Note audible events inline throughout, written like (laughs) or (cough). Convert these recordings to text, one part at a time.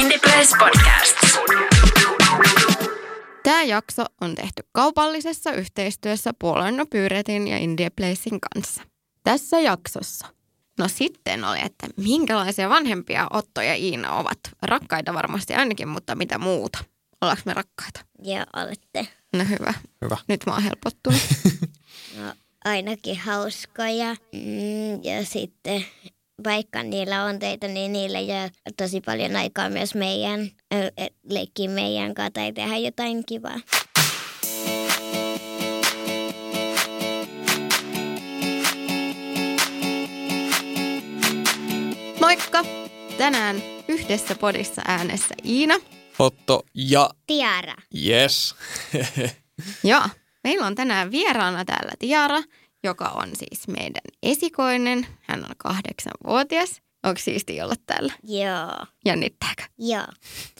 Ilves Podcasts. Tämä jakso on tehty kaupallisessa yhteistyössä Puolanno Pyyretin ja Indie Placein kanssa. Tässä jaksossa. No sitten oli, että minkälaisia vanhempia Otto ja Iina ovat. Rakkaita varmasti ainakin, mutta mitä muuta? Ollaanko me rakkaita? Ja olette No hyvä. Hyvä. Nyt mä oon helpottunut. no, ainakin hauskoja. Mm, ja sitten vaikka niillä on teitä, niin niillä jää tosi paljon aikaa myös meidän, ö, et leikkiä meidän kanssa tai tehdä jotain kivaa. Moikka! Tänään yhdessä podissa äänessä Iina. Otto ja Tiara. yes. Joo, meillä on tänään vieraana täällä Tiara, joka on siis meidän esikoinen. Hän on kahdeksanvuotias. Onko siisti olla täällä? Joo, Jännittääkö? joo.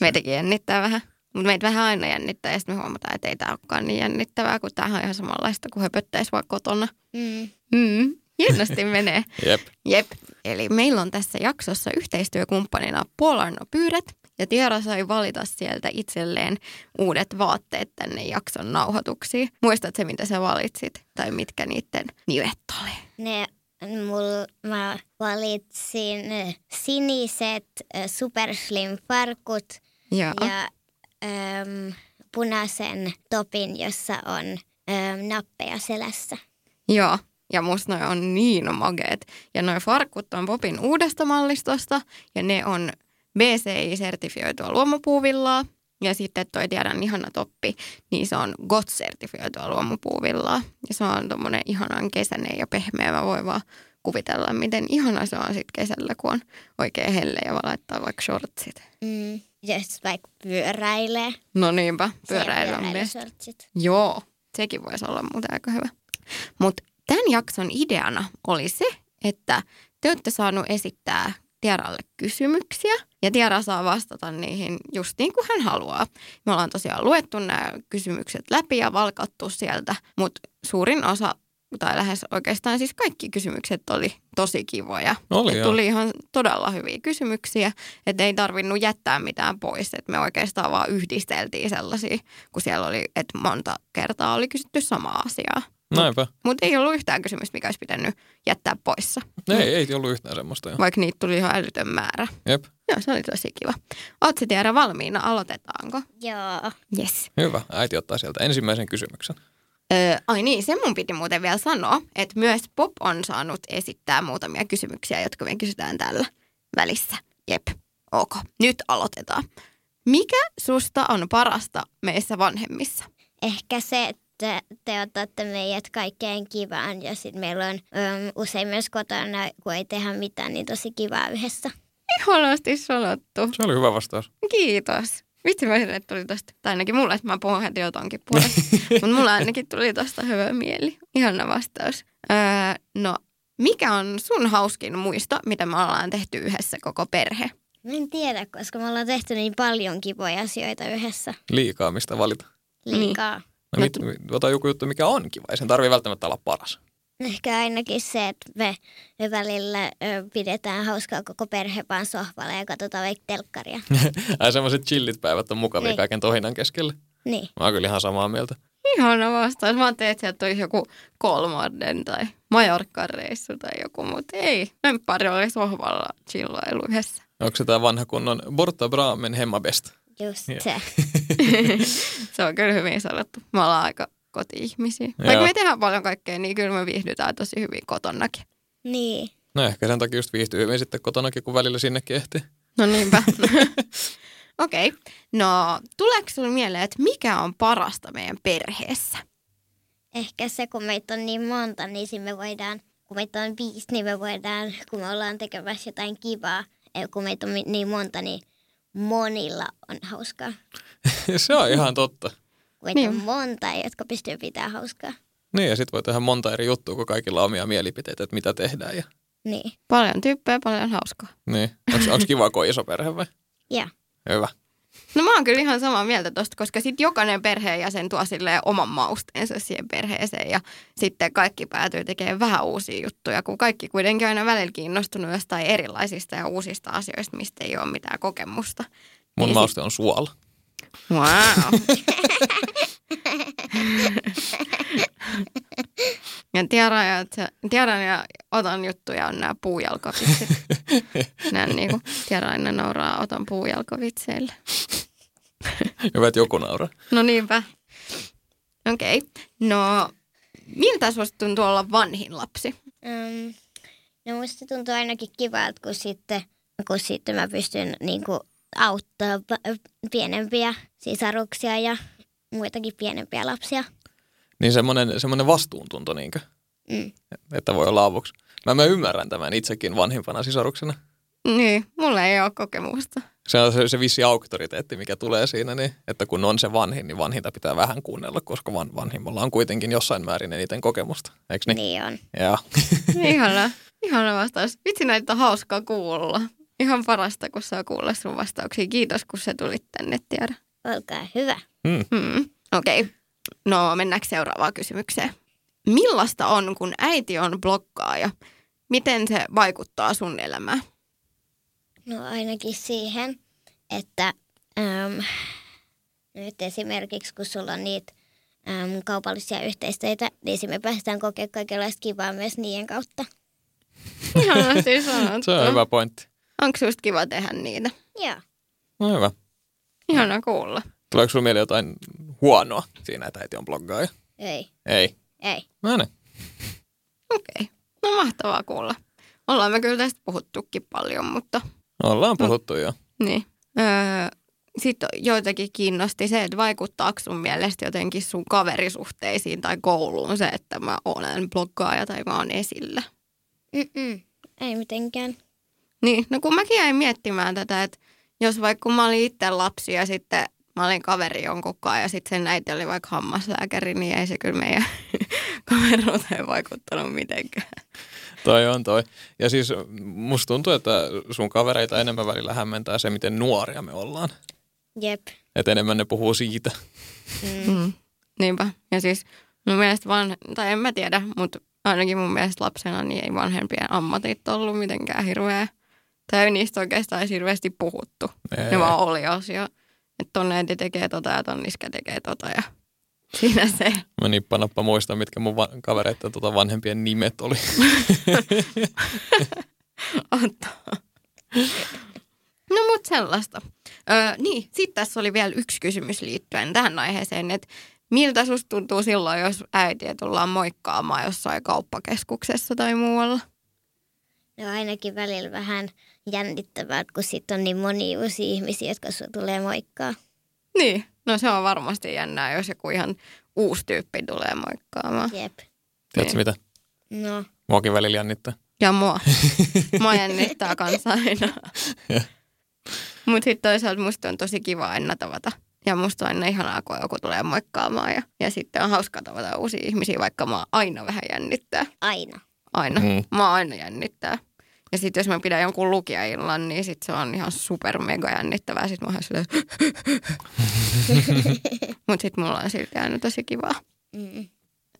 Meitäkin jännittää vähän. Mutta meitä vähän aina jännittää ja sitten me huomataan, että ei tämä olekaan niin jännittävää, kun tämähän on ihan samanlaista kuin höpöttäisi vaan kotona. Mm. Mm, hienosti (laughs) menee. (laughs) Jep. Jep. Eli meillä on tässä jaksossa yhteistyökumppanina Polarno Pyydet ja Tiara sai valita sieltä itselleen uudet vaatteet tänne jakson nauhoituksiin. Muistatko se, mitä sä valitsit tai mitkä niiden nimet oli? Ne, mul, mä valitsin ö, siniset ö, superslim farkut Joo. Ja. ja äm, punaisen topin, jossa on äm, nappeja selässä. Joo. Ja musta noi on niin mageet. Ja noi farkut on Popin uudesta mallistosta ja ne on BCI-sertifioitua luomupuuvillaa. Ja sitten toi tiedän ihana toppi, niin se on GOT-sertifioitua luomupuuvillaa. Ja se on tommonen ihanan kesäinen ja pehmeä. Mä voin vaan kuvitella, miten ihana se on sitten kesällä, kun on oikein helle ja vaan laittaa vaikka shortsit. Mm. Jos vaikka pyöräilee. No niinpä, siellä pyöräily on best. pyöräilysortsit. Joo, sekin voisi olla muuten aika hyvä. Mutta tämän jakson ideana oli se, että te olette saanut esittää Tiaralle kysymyksiä ja Tiara saa vastata niihin just niin kuin hän haluaa. Me ollaan tosiaan luettu nämä kysymykset läpi ja valkattu sieltä, mutta suurin osa tai lähes oikeastaan siis kaikki kysymykset oli tosi kivoja. No Oli Et joo. tuli ihan todella hyviä kysymyksiä, että ei tarvinnut jättää mitään pois. Et me oikeastaan vaan yhdisteltiin sellaisia, kun siellä oli, että monta kertaa oli kysytty samaa asiaa. Näinpä. Mutta ei ollut yhtään kysymystä, mikä olisi pitänyt jättää poissa, Ei, ei ollut yhtään semmoista. Joo. vaikka niitä tuli ihan älytön määrä. Jep. Joo, se oli tosi kiva. Ootko Tiara valmiina? Aloitetaanko? Joo. Yes. Hyvä. Äiti ottaa sieltä ensimmäisen kysymyksen. Öö, ai niin, sen mun piti muuten vielä sanoa, että myös Pop on saanut esittää muutamia kysymyksiä, jotka me kysytään tällä välissä. Jep, ok. Nyt aloitetaan. Mikä susta on parasta meissä vanhemmissa? Ehkä se, että te otatte meidät kaikkeen kivaan ja sitten meillä on äm, usein myös kotona, kun ei tehdä mitään, niin tosi kivaa yhdessä. Ihanasti sanottu. Se oli hyvä vastaus. Kiitos. Vitsi mä sille tuli tosta, tai ainakin mulle, että mä puhun heti jotonkin (laughs) puolesta, mutta mulle ainakin tuli tosta hyvä mieli. Ihana vastaus. Öö, no, mikä on sun hauskin muisto, mitä me ollaan tehty yhdessä koko perhe? Mä en tiedä, koska me ollaan tehty niin paljon kivoja asioita yhdessä Liikaa mistä valita. liikaa. No, mit, mit, ota joku juttu, mikä on kiva. Ei sen tarvii välttämättä olla paras. Ehkä ainakin se, että me me välillä ö, pidetään hauskaa koko perhe vaan sohvalla ja katsotaan vaikka telkkaria. Ai semmoiset chillit päivät on mukavia Niin. kaiken tohinan keskellä. niin. Mä oon kyllä ihan samaa mieltä. Ihana vastaus. Mä ajattelin, että sieltä olisi joku kolmannen tai Majorkan reissu tai joku, mutta ei. Lemppari oli sohvalla chillailu yhdessä. Onko se tää vanha kunnon Borta Braamen Hemmabest? Just Joo. se. Se on kyllä hyvin sanottu. Me ollaan aika koti-ihmisiä. Vaikka Joo. me tehdään paljon kaikkea, niin kyllä me viihdytään tosi hyvin kotonakin. Niin. No ehkä sen takia just viihtyy hyvin sitten kotonakin, kun välillä sinnekin ehtii. (laughs) No niinpä. Okei. Okay. No, tuleeko sinulle mieleen, että mikä on parasta meidän perheessä? Ehkä se, kun meitä on niin monta, niin siinä me voidaan, kun meitä on viisi, niin me voidaan, kun me ollaan tekemässä jotain kivaa, eh, kun meitä on mi- niin monta, niin monilla on hauskaa. se on ihan totta. Kun meitä on Niin. monta, jotka pystyy pitämään hauskaa. Niin, ja sit voi tehdä monta eri juttua, kun kaikilla on omia mielipiteitä, että mitä tehdään. Ja... Niin. Paljon tyyppejä, paljon hauskaa. Niin. Onko kiva, kun on iso perhe vai? Ja. Hyvä. No mä oon kyllä ihan samaa mieltä tosta, koska sit jokainen perheenjäsen tuo silleen oman mausteensa siihen perheeseen ja sitten kaikki päätyy tekemään vähän uusia juttuja, kun kaikki kuitenkin aina välillä kiinnostunut jostain erilaisista ja uusista asioista, mistä ei ole mitään kokemusta. Mun Niin mauste on suola. Wow. (laughs) ja tiedän, ja, tiedän ja otan juttuja on nämä puujalkovitsit. Nämä niinku, tiedän, ne nauraa, otan puujalkovitseille. Hyvä, että joku nauraa. No niinpä. Okei. Okay. No, miltä susta tuntuu olla vanhin lapsi? Um, no musta tuntuu ainakin kivalta, kun sitten, kun sitten mä pystyn niin kuin, auttaa pa- pienempiä sisaruksia ja muitakin pienempiä lapsia. Niin semmoinen, semmoinen vastuuntunto, niinkö? Mm. Että voi olla avuksi. Mä, mä ymmärrän tämän itsekin vanhimpana sisaruksena. Niin, mulla ei ole kokemusta. Se on se, se vissi auktoriteetti, mikä tulee siinä, niin, että kun on se vanhin, niin vanhinta pitää vähän kuunnella, koska van, vanhimmalla on kuitenkin jossain määrin eniten kokemusta. Eikö niin? Niin on. Joo. Ihana, ihana vastaus. Vitsi näitä on hauskaa kuulla. Ihan parasta, kun saa kuulla sun vastauksia. Kiitos, kun se tulit tänne, tiedä. Olkaa hyvä. Hmm. Okei, okay. no mennäänkö seuraavaan kysymykseen. Millaista on, kun äiti on blokkaaja? Miten se vaikuttaa sun elämään? No ainakin siihen, että äm, nyt esimerkiksi kun sulla on niitä äm, kaupallisia yhteistöitä, niin siinä me päästään kokea kaikenlaista kivaa myös niiden kautta. Ihana siis sanottu. Se on hyvä pointti. Onko susta kiva tehdä niitä? Joo. No hyvä. Ihana kuulla. Tuleeko sulla mieleen jotain huonoa siinä, että äiti on bloggaaja? Ei, Ei. ei. No niin. Okei. No mahtavaa kuulla. Ollaan me kyllä tästä puhuttukin paljon, mutta Ollaan puhuttu jo. niin. Öö, Sitten joitakin kiinnosti se, että vaikuttaako sun mielestä jotenkin sun kaverisuhteisiin tai kouluun se, että mä olen bloggaaja tai mä oon esillä. Mm-mm. Ei mitenkään. Niin, no kun mäkin jäin miettimään tätä, että jos vaikka kun mä olin itse lapsi ja sitten mä olin kaveri jonkun kanssa ja sitten sen äiti oli vaikka hammaslääkäri, niin ei se kyllä meidän (laughs) kaveruuteen vaikuttanut mitenkään. Toi on toi. Ja siis musta tuntuu, että sun kavereita enemmän välillä hämmentää se, miten nuoria me ollaan. Jep. Että enemmän ne puhuu siitä. Mm. Mm. Niinpä. Ja siis mun mielestä van, tai en mä tiedä, mutta ainakin mun mielestä lapsena niin ei vanhempien ammatit ollut mitenkään hirveä. Tai ei niistä oikeastaan edes hirveästi puhuttu. Ei. Ne vaan oli asia. Että ton äiti tekee tota ja ton iskä tekee tota ja siinä se. Mä nippanappa muistan, mitkä mun va- kavereiden tota vanhempien nimet oli. antaa. No mut sellaista. Öö, niin, sitten tässä oli vielä yksi kysymys liittyen tähän aiheeseen, että miltä susta tuntuu silloin, jos äitiä tullaan moikkaamaan jossain kauppakeskuksessa tai muualla? No ainakin välillä vähän jännittävää, kun sit on niin moni uusia ihmisiä, jotka sua tulee moikkaa. Niin, no se on varmasti jännää, jos joku ihan uusi tyyppi tulee moikkaamaan. Jep. Tiedätkö mitä? No, Muakin välillä jännittää. Ja mua. Mua jännittää kanssa aina. Mutta sitten toisaalta musta on tosi kiva aina tavata. Ja musta on aina ihanaa, kun joku tulee moikkaamaan. Ja, ja sitten on hauska tavata uusia ihmisiä, vaikka mä aina vähän jännittää. aina. Aina. Mm. Mä aina jännittää. Ja sitten jos mä pidän jonkun lukijaillan, niin sit se on ihan super mega jännittävää. Sitten mä oon ihan silleen... Mut sit mulla on silti aina tosi kivaa. Mm.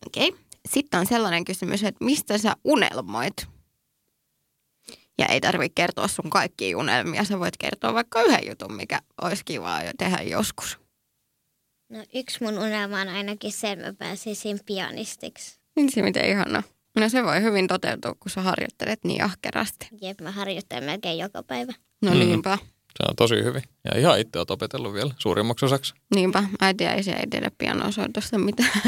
Okei. Sitten on sellainen kysymys, että mistä sä unelmoit? Ja ei tarvitse kertoa sun kaikkia unelmia. Sä voit kertoa vaikka yhden jutun, mikä olisi kivaa jo tehdä joskus. No yksi mun unelma on ainakin se, että mä pääsisin pianistiksi. Niin se miten ihana. No se voi hyvin toteutua, kun sä harjoittelet niin ahkerasti. Jep, mä harjoitan melkein joka päivä. No Mm. niinpä, Se on tosi hyvin. Ja ihan itse oot opetellut vielä suurimmaksi osaksi. niinpä. Äiti ei se ei tiedä pianosoitosta mitään.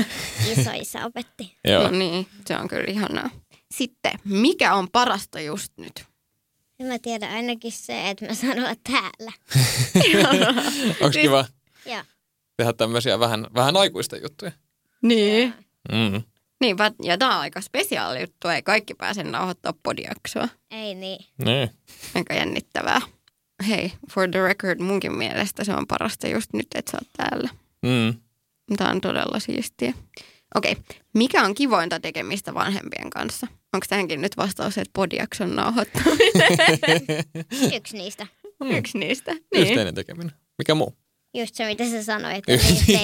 Isoisa opetti. (laughs) Joo. No niin, se on kyllä ihanaa. Sitten, mikä on parasta just nyt? Ja mä tiedän ainakin se, että mä sanon olla täällä. Onko Siis- kiva Joo. tehdä tämmöisiä vähän, vähän aikuisten juttuja? Niin. Mm. Niinpä, ja tää on aika spesiaali juttu. Ei kaikki pääse nauhoittaa podiaksoa. Ei niin. Niin. Aika jännittävää. Hei, for the record, munkin mielestä se on parasta just nyt, että sä oot täällä. Mm. Tämä on todella siistiä. Okei, mikä on kivointa tekemistä vanhempien kanssa? Onko tähänkin nyt vastaus, että podiakson nauhoittaminen? Yksi niistä. Yksi niistä. (laughs) Niin. Niin. Yhteinen tekeminen. Mikä muu? Just se, mitä sä sanoit. Niin.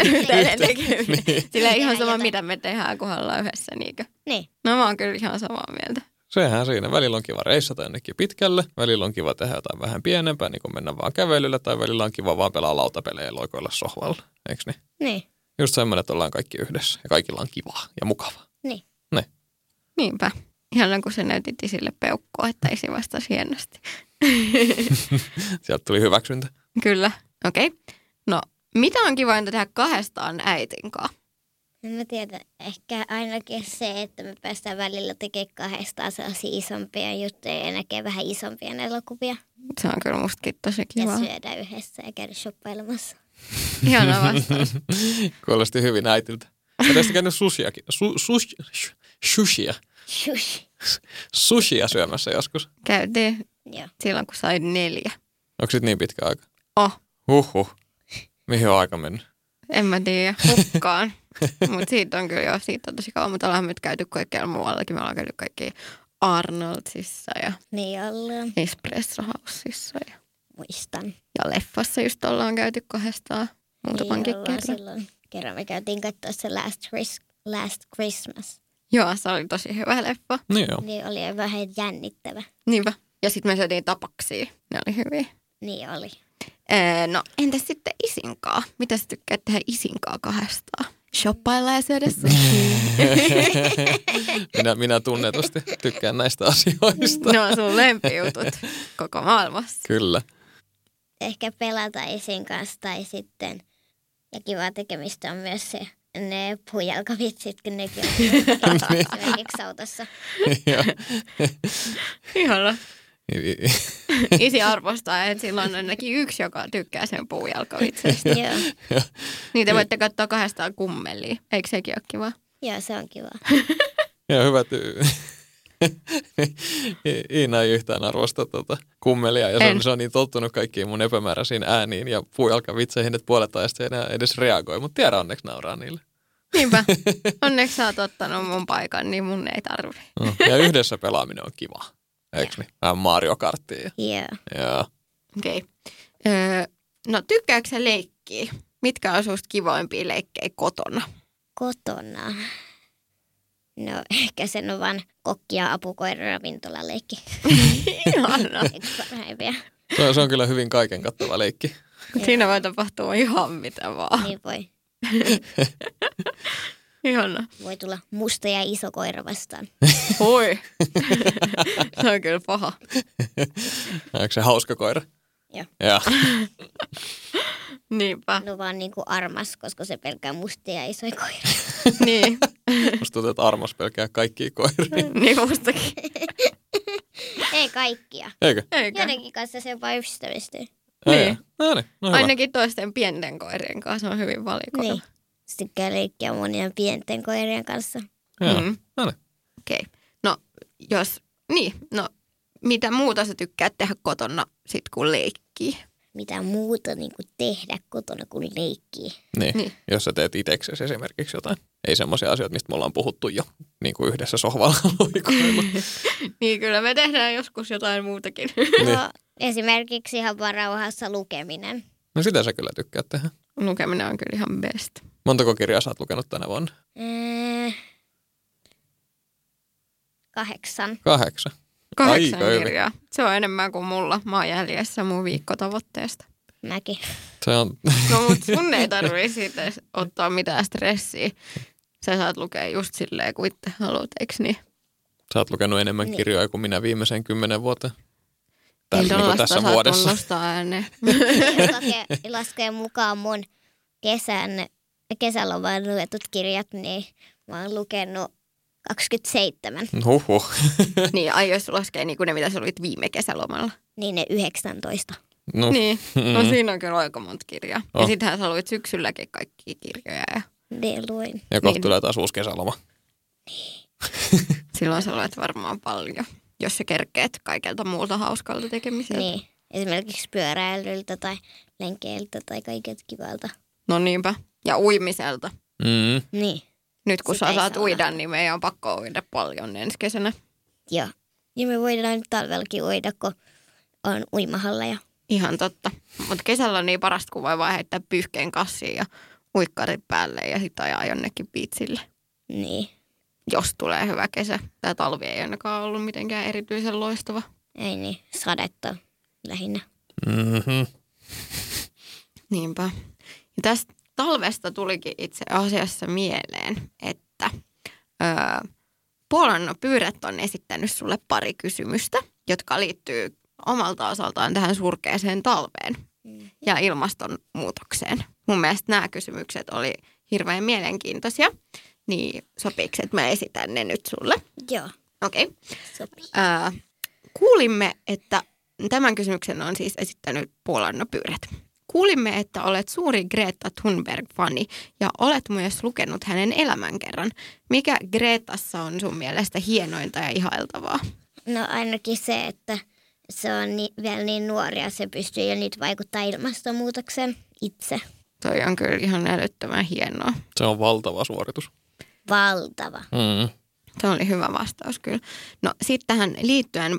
Yhteinen Yhte- tekeminen. Niin. Sillä ihan sama, Jotain. mitä me tehdään, kun ollaan yhdessä. Niinkö? Niin. No mä oon kyllä ihan samaa mieltä. Sehän siinä. Välillä on kiva reissata jonnekin pitkälle, välillä on kiva tehdä jotain vähän pienempää, niin kuin mennä vaan kävelyllä, tai välillä on kiva vaan pelaa lautapelejä ja loikoilla sohvalla, eikö niin? Niin. Just semmoinen, että ollaan kaikki yhdessä ja kaikilla on kivaa ja mukavaa. Niinpä. Ihan kun sä näytit sille peukkoa, että isi vastasi hienosti. Sieltä tuli hyväksyntä. Kyllä. Okei. Okay. No, mitä on kivainta tehdä kahdestaan äitinkaan? En mä tiedä. Ehkä ainakin se, että me päästään välillä tekemään kahdestaan sellaisia isompia juttuja ja näkee vähän isompia elokuvia. Se on kyllä mustakin tosi Kiva. kiva. (laughs) Ja syödään yhdessä ja käydä shoppailemassa. Hieno vastaus. Kuulosti hyvin äitiltä. Oletko käynyt sushiakin? Su, sus, sh- sushia. Shush. Sushia syömässä joskus. Käytiin Joo. silloin, kun sai neljä. Onko sit niin pitkä aika? Oh, Huhhuh. Mihin on aika mennyt? en mä tiedä. Hukkaan. Mutta siitä on kyllä jo, siitä on tosi kauan. Mutta ollaan me nyt käyty kaikkialla muuallakin. Me ollaan käyty kaikki Arnoldsissa ja Niin ollaan. Espresso Houseissa ja, Muistan. ja leffassa just ollaan käyty kahdestaan muutamankin niin ollaan kerran. silloin. Kerran me käytiin katsoa se Last, Chris- Last Christmas. Joo, se oli tosi hyvä leffa. Niin joo. Niin oli vähän jännittävä. Niinpä. Ja sitten me syötiin tapaksia. Ne oli hyviä. Niin oli. Ee, no entäs sitten isinkaa? Mitä sä tykkäät tehdä isinkaa kahdestaan? Shoppailla ja syödä (laughs) sushi. Minä, minä tunnetusti tykkään näistä (laughs) asioista. ne on sun lempijutut koko maailmassa. Kyllä. (laughs) Ehkä pelata isin kanssa tai sitten. Ja kiva tekemistä on myös se, ne puujalkavitsit, kun nekin on esimerkiksi autossa. Ja, Ihana. Isi arvostaa, että silloin on ainakin yksi, joka tykkää sen puujalkavitsestä. Joo. Niitä voitte katsoa kahdestaan kummelia. Eikö sekin ole kiva? Joo, se on kiva. ja hyvät... (laughs) I- Iina ei yhtään arvosta tuota kummelia ja se on, En. se on niin tottunut kaikkiin mun epämääräisiin ääniin ja puujalkavitseihin, että puolet ajasta ei enää edes reagoi, mutta tiedä onneksi nauraa niille. Niinpä. Onneksi sä oot ottanut mun paikan, niin mun ei tarvi. No, (laughs) Ja yhdessä pelaaminen on kiva, eikö niin? Vähän Mario Karttia. Joo. Joo. Okei. Öö, no tykkääkö sä leikkiä? Mitkä on susta kivoimpia leikkejä kotona? Kotona. No ehkä sen on vaan kokki ja apukoira ravintolaleikki. (laughs) Ihana. Eikö parhaimpia? Se on, se on kyllä hyvin kaiken kattava leikki. Niin. Siinä voi tapahtua ihan mitä vaan. Niin voi, Ihana. voi tulla musta ja iso koira vastaan. Oi. (laughs) Se on kyllä paha. Onko se hauska koira? Joo. Joo. Niinpä. No vaan niinku armas, koska se pelkää mustia ja isoja koiria. (laughs) Niin. Musta tuntuu, että armas pelkää kaikkia koiria. Niin mustakin. Ei kaikkia. Eikö? Eikö? Joidenkin kanssa se vaan ystävystyy. Niin. No niin, no hyvä. Ainakin toisten pienten koirien kanssa on hyvin valikoitu. Niin. Se tykkää leikkiä monien pienten koirien kanssa. Joo. Mm. No niin. Okei. No, jos... Niin, no mitä muuta sä tykkäät tehdä kotona sit kun leikkii? Mitä muuta niinku tehdä kotona kuin leikkiä. Niin. Niin. niin, jos sä teet itseksesi esimerkiksi jotain. Ei semmoisia asioita, mistä me ollaan puhuttu jo niin kuin yhdessä sohvalla (laughs) luikoilla. Niin kyllä me tehdään joskus jotain muutakin. Niin. No, esimerkiksi ihan vaan rauhassa lukeminen. No sitä sä kyllä tykkäät tehdä. (laughs) Lukeminen on kyllä ihan best. Montako kirjaa sä oot lukenut tänä vuonna? Äh, kahdeksan. Kahdeksan. Kahdeksan Aika hyvin. kirjaa. Se on enemmän kuin mulla. Mä oon jäljessä mun viikkotavoitteesta. Mäkin. Se on, No mut sun ei tarvii siitä ottaa mitään stressiä. Sä saat lukea just silleen, kuin itse haluat, eiks niin? sä oot lukenut enemmän Niin. kirjoja kuin minä viimeisen kymmenen vuoteen. Ei Tässä, niin kuin tollasta tässä saa vuodessa. tunnustaa ääneen. laskee, laskee mukaan mun kesän, kesäloman luetut kirjat, niin mä oon lukenut 27, (laughs) Huhhuh. niin, ai jos laskee niin kuin ne, mitä sä luit viime kesälomalla. niin ne 19. No, niin. Niin, no siinä on kyllä aika monta kirjaa. Ja Oh. sittenhän sä luit syksylläkin kaikkia kirjoja ja Niin luin. Ja kohta niin. tulee taas uusi kesäloma. silloin sä luet varmaan paljon, jos sä kerkeet kaikelta muulta hauskalta tekemiseltä. Niin. Esimerkiksi pyöräilyltä tai lenkeiltä tai kaiket kivalta. No niinpä. Ja uimiselta. Mm. Niin. Nyt kun Sitä sä ei saat saa uida, niin meidän on pakko uida paljon ensi kesänä. Joo. Ja me voidaan nyt talvellakin uida, kun on uimahalleja. Ihan totta. Mutta kesällä on niin parasta, kun voi vaan heittää pyyhkeen kassiin ja uikkarit päälle ja sitten ajaa jonnekin piitsille. Niin, Jos tulee hyvä kesä. Tämä talvi ei ainakaan ollut mitenkään erityisen loistava. ei niin, sadetta lähinnä. Mm-hmm. Niinpä. Ja tästä talvesta tulikin itse asiassa mieleen, että öö, Puolan pyyrät on esittänyt sulle pari kysymystä, jotka liittyy omalta osaltaan tähän surkeeseen talveen ja ilmastonmuutokseen. Mun mielestä nämä kysymykset oli hirveän mielenkiintoisia, niin sopiiko, että mä esitän ne nyt sulle? Joo, Okei. sopii. Ää, kuulimme, että tämän kysymyksen on siis esittänyt Puolan pyyrät. Kuulimme, että olet suuri Greta Thunberg-fani ja olet myös lukenut hänen elämänkerran. Mikä Gretassa on sun mielestä hienointa ja ihailtavaa? No ainakin se, että se on ni- vielä niin nuori ja se pystyy jo nyt vaikuttaa ilmastonmuutokseen itse. Toi on kyllä ihan älyttömän hienoa. Se on valtava suoritus. Valtava. Mm. Se oli hyvä vastaus kyllä. No sitten tähän liittyen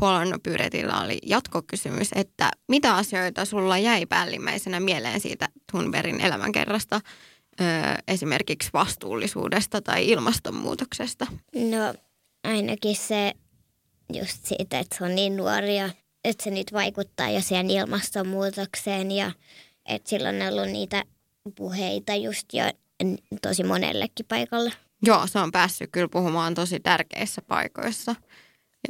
Polon pyydetillä oli jatkokysymys, että mitä asioita sulla jäi päällimmäisenä mieleen siitä Thunbergin elämänkerrasta, öö, esimerkiksi vastuullisuudesta tai ilmastonmuutoksesta? No ainakin se just siitä, että se on niin nuori ja että se nyt vaikuttaa jo siihen ilmastonmuutokseen ja että sillä on ollut niitä puheita just jo n- tosi monellekin paikalle. Joo, se on päässyt kyllä puhumaan tosi tärkeissä paikoissa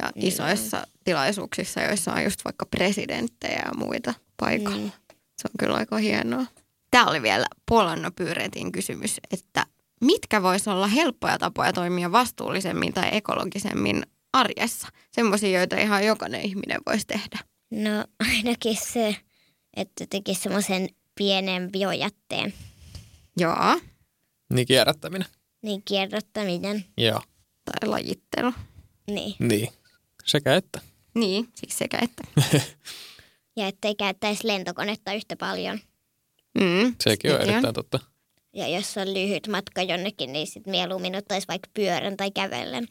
ja isoissa tilaisuuksissa, joissa on just vaikka presidenttejä ja muita paikalla. Niin. Se on kyllä aika hienoa. Tämä oli vielä Polanno Pyretin kysymys, että mitkä voisi olla helppoja tapoja toimia vastuullisemmin tai ekologisemmin arjessa? Semmoisia, joita ihan jokainen ihminen voisi tehdä. No ainakin se, että teki semmoisen pienen biojätteen, Joo, Niin kierrättäminen. niin kierrottaminen, Joo. tai lajittelu. niin. Niin. Sekä että. Niin, siis sekä että. Ja ettei käyttäisi lentokonetta yhtä paljon. Mm, Sekin on erittäin totta. Ja jos on lyhyt matka jonnekin, niin sitten mieluummin ottaisi vaikka pyörän tai kävellen.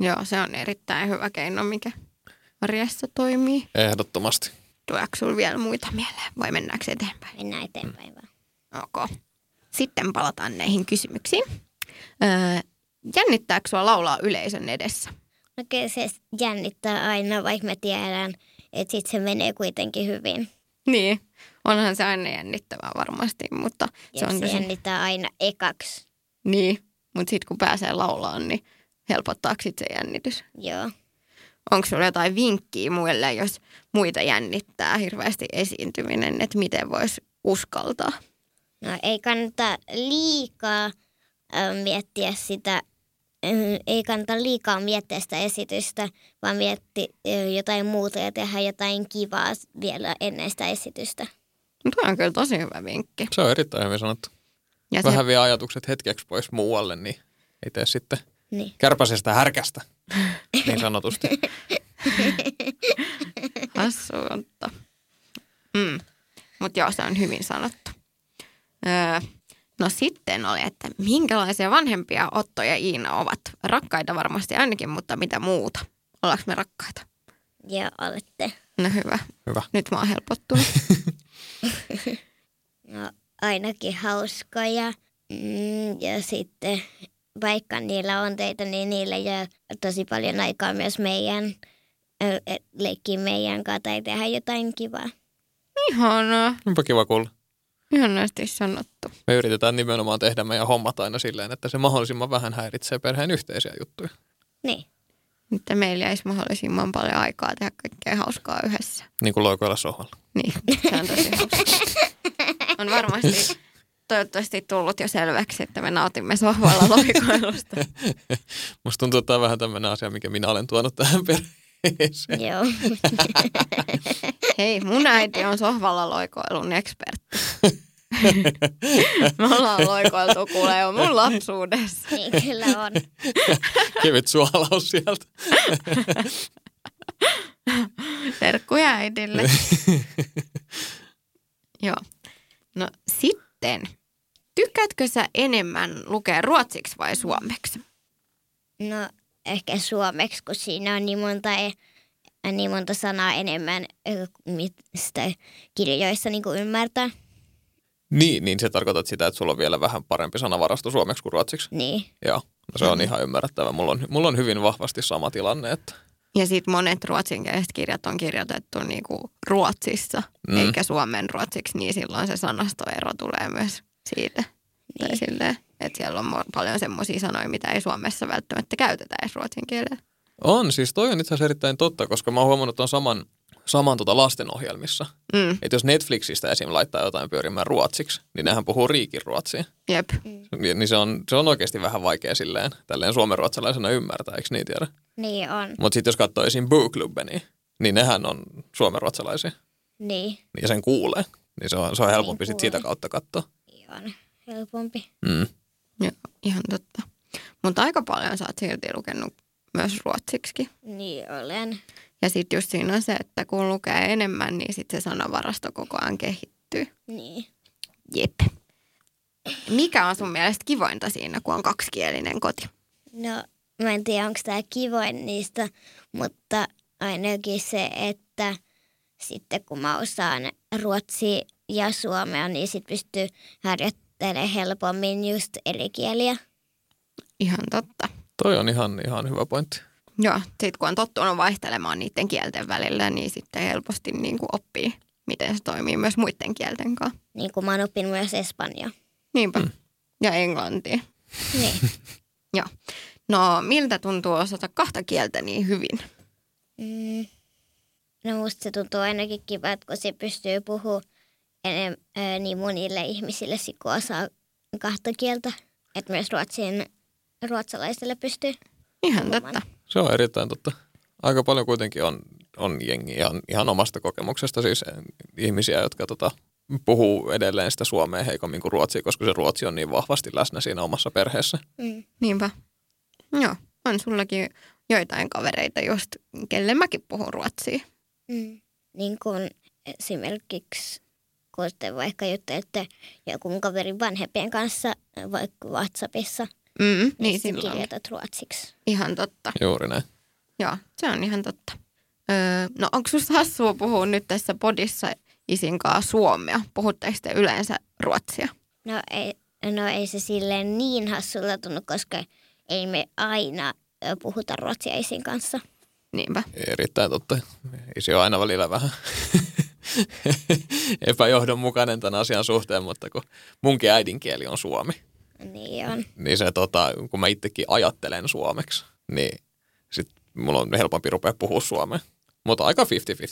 Joo, se on erittäin hyvä keino, mikä arjessa toimii. Ehdottomasti. Tuleeko sinulla vielä muita mieleen vai mennäänkö eteenpäin? Mennään eteenpäin vaan. Ok. Sitten palataan näihin kysymyksiin. Öö, jännittääkö sua laulaa yleisön edessä? No kyllä se jännittää aina, vaikka mä tiedän, että sitten se menee kuitenkin hyvin. Niin. Onhan se aina jännittävää varmasti, mutta Ja se on se tosi... jännittää aina ekaksi. Niin, mutta sitten kun pääsee laulaan, niin helpottaako sit se jännitys? Joo. Onko sulla jotain vinkkiä muille, jos muita jännittää hirveästi esiintyminen, että miten voisi uskaltaa? No ei kannata liikaa ö, miettiä sitä, ö, ei kannata liikaa miettiä sitä esitystä, vaan mietti ö, jotain muuta ja tehdä jotain kivaa vielä ennen sitä esitystä. No Tuo on kyllä tosi hyvä vinkki. Se on erittäin hyvin sanottu. Ja Vähän vie ajatukset hetkeksi pois muualle, niin ei tee sitten Niin. kärpäsestä härkästä, niin sanotusti. se assunto. Mm. Mutta joo, se on hyvin sanottu. Öö, no sitten oli, että minkälaisia vanhempia Otto ja Iina ovat? Rakkaita varmasti ainakin, mutta mitä muuta? Ollaanko me rakkaita? Ja olette. No hyvä. Hyvä. Nyt mä oon helpottunut. No, ainakin hauskoja. Mm, ja sitten vaikka niillä on teitä, niin niillä jää tosi paljon aikaa myös meidän ö, et- leikkiä meidän kanssa tai tehdä jotain kivaa. (laughs) Ihanaa. Onpa kiva kuulla. Ihanasti sanottu. Me yritetään nimenomaan tehdä meidän hommat aina silleen, että se mahdollisimman vähän häiritsee perheen yhteisiä juttuja. Niin, Että meillä jäisi mahdollisimman paljon aikaa tehdä kaikkea hauskaa yhdessä. Niin kuin loikoilla sohvalla. Niin, se on tosi hauska. On varmasti toivottavasti tullut jo selväksi, että me nautimme sohvalla loikoilusta. Musta tuntuu, että tämä on vähän tämmöinen asia, mikä minä olen tuonut tähän (laughs) perheeseen. joo. Hei, mun äiti on sohvalla loikoilun (laughs) ekspertti. Me ollaan loikoiltu kuulee jo mun lapsuudessa. Niin kyllä on. Kevyt suolaus sieltä. Terkkuja äidille. Joo. No sitten, tykkäätkö sä enemmän lukea ruotsiksi vai suomeksi? No ehkä suomeksi, kun siinä on niin monta e- niin monta sanaa enemmän, ö, mistä kirjoissa niin kuin ymmärtää. (laughs) Niin, niin se tarkoitat sitä, että sulla on vielä vähän parempi sanavarasto suomeksi kuin ruotsiksi. Niin. Joo, no se on ihan ymmärrettävä. Mulla on, mulla on hyvin vahvasti sama tilanne, että Ja sitten monet ruotsinkieliset kirjat on kirjoitettu niinku ruotsissa, Mm. mm. eikä suomen ruotsiksi, niin silloin se sanastoero tulee myös siitä. Niin. Tai Niin. silleen, että siellä on mo- paljon semmoisia sanoja, mitä ei Suomessa välttämättä käytetä edes ruotsin kielellä. on. Siis toi on itse asiassa erittäin totta, koska mä oon huomannut ton saman, saman tota lastenohjelmissa. Mm, Että jos Netflixistä esim. laittaa jotain pyörimään ruotsiksi, niin nehän puhuu riikin ruotsia. jep. Ni- Niin se on, se on oikeasti vähän vaikea silleen, tälleen suomenruotsalaisena ymmärtää, eikö niin tiedä? Niin on. Mutta sitten jos katsoo esim. Boo Clubeni, niin nehän on suomenruotsalaisia. Niin. Ja sen kuulee. Niin se on, se on helpompi sit kuulee. sitä kautta katsoa. Niin on. Helpompi. Mm. Joo, ihan totta. Mutta aika paljon sä oot silti lukenut myös ruotsiksi. Niin olen. Ja sitten just siinä on se, että kun lukee enemmän, niin sitten se sanavarasto koko ajan kehittyy. Niin. Jep. Mikä on sun mielestä kivointa siinä, kun on kaksikielinen koti? No, mä en tiedä, onko tämä kivoin niistä, mutta ainakin se, että sitten kun mä osaan ruotsia ja suomea, niin sitten pystyy harjoittelemaan helpommin just eri kieliä. Ihan totta. Toi on ihan, ihan hyvä pointti. Joo, sit kun on tottunut vaihtelemaan niiden kielten välillä, niin sitten helposti niin kuin oppii, miten se toimii myös muiden kielten kanssa. Niin kuin mä oon oppinut myös espanjaa. Niinpä. Mm. Ja englantia. Niin. Joo. No, miltä tuntuu osata kahta kieltä niin hyvin? Mm. No musta se tuntuu ainakin kivalta, kun se pystyy puhumaan enem- ö, niin monille ihmisille, sit kun osaa kahta kieltä. Että myös ruotsin, ruotsalaisille pystyy. Ihan totta. Se on erittäin totta. Aika paljon kuitenkin on, on jengi ihan, ihan omasta kokemuksesta, siis eh, ihmisiä, jotka tota, puhuu edelleen sitä suomea heikommin kuin ruotsia, koska se ruotsi on niin vahvasti läsnä siinä omassa perheessä. Mm. Niinpä. Joo, on sullakin joitain kavereita just, kelle mäkin puhun ruotsia. Mm. Niin kuin esimerkiksi, kun te vaikka juttelette joku mun kaverin vanhempien kanssa ö, vaikka WhatsAppissa, Mm, niin niin sit silloin. kirjoitat ruotsiksi. Ihan totta. Juuri näin. Joo, se on ihan totta. Öö, no onko susta hassua puhua nyt tässä podissa isinkaa suomea? Puhutteko te yleensä ruotsia? No ei, no ei se silleen niin hassulta tunnu, koska ei me aina ö, puhuta ruotsia isin kanssa. Niinpä. Erittäin totta. Isi on aina välillä vähän (laughs) epäjohdonmukainen tämän asian suhteen, mutta kun munkin äidinkieli on suomi, Niin on. niin se tota, kun mä itsekin ajattelen suomeksi, niin sit mulla on helpompi rupea puhua suomea. Mutta aika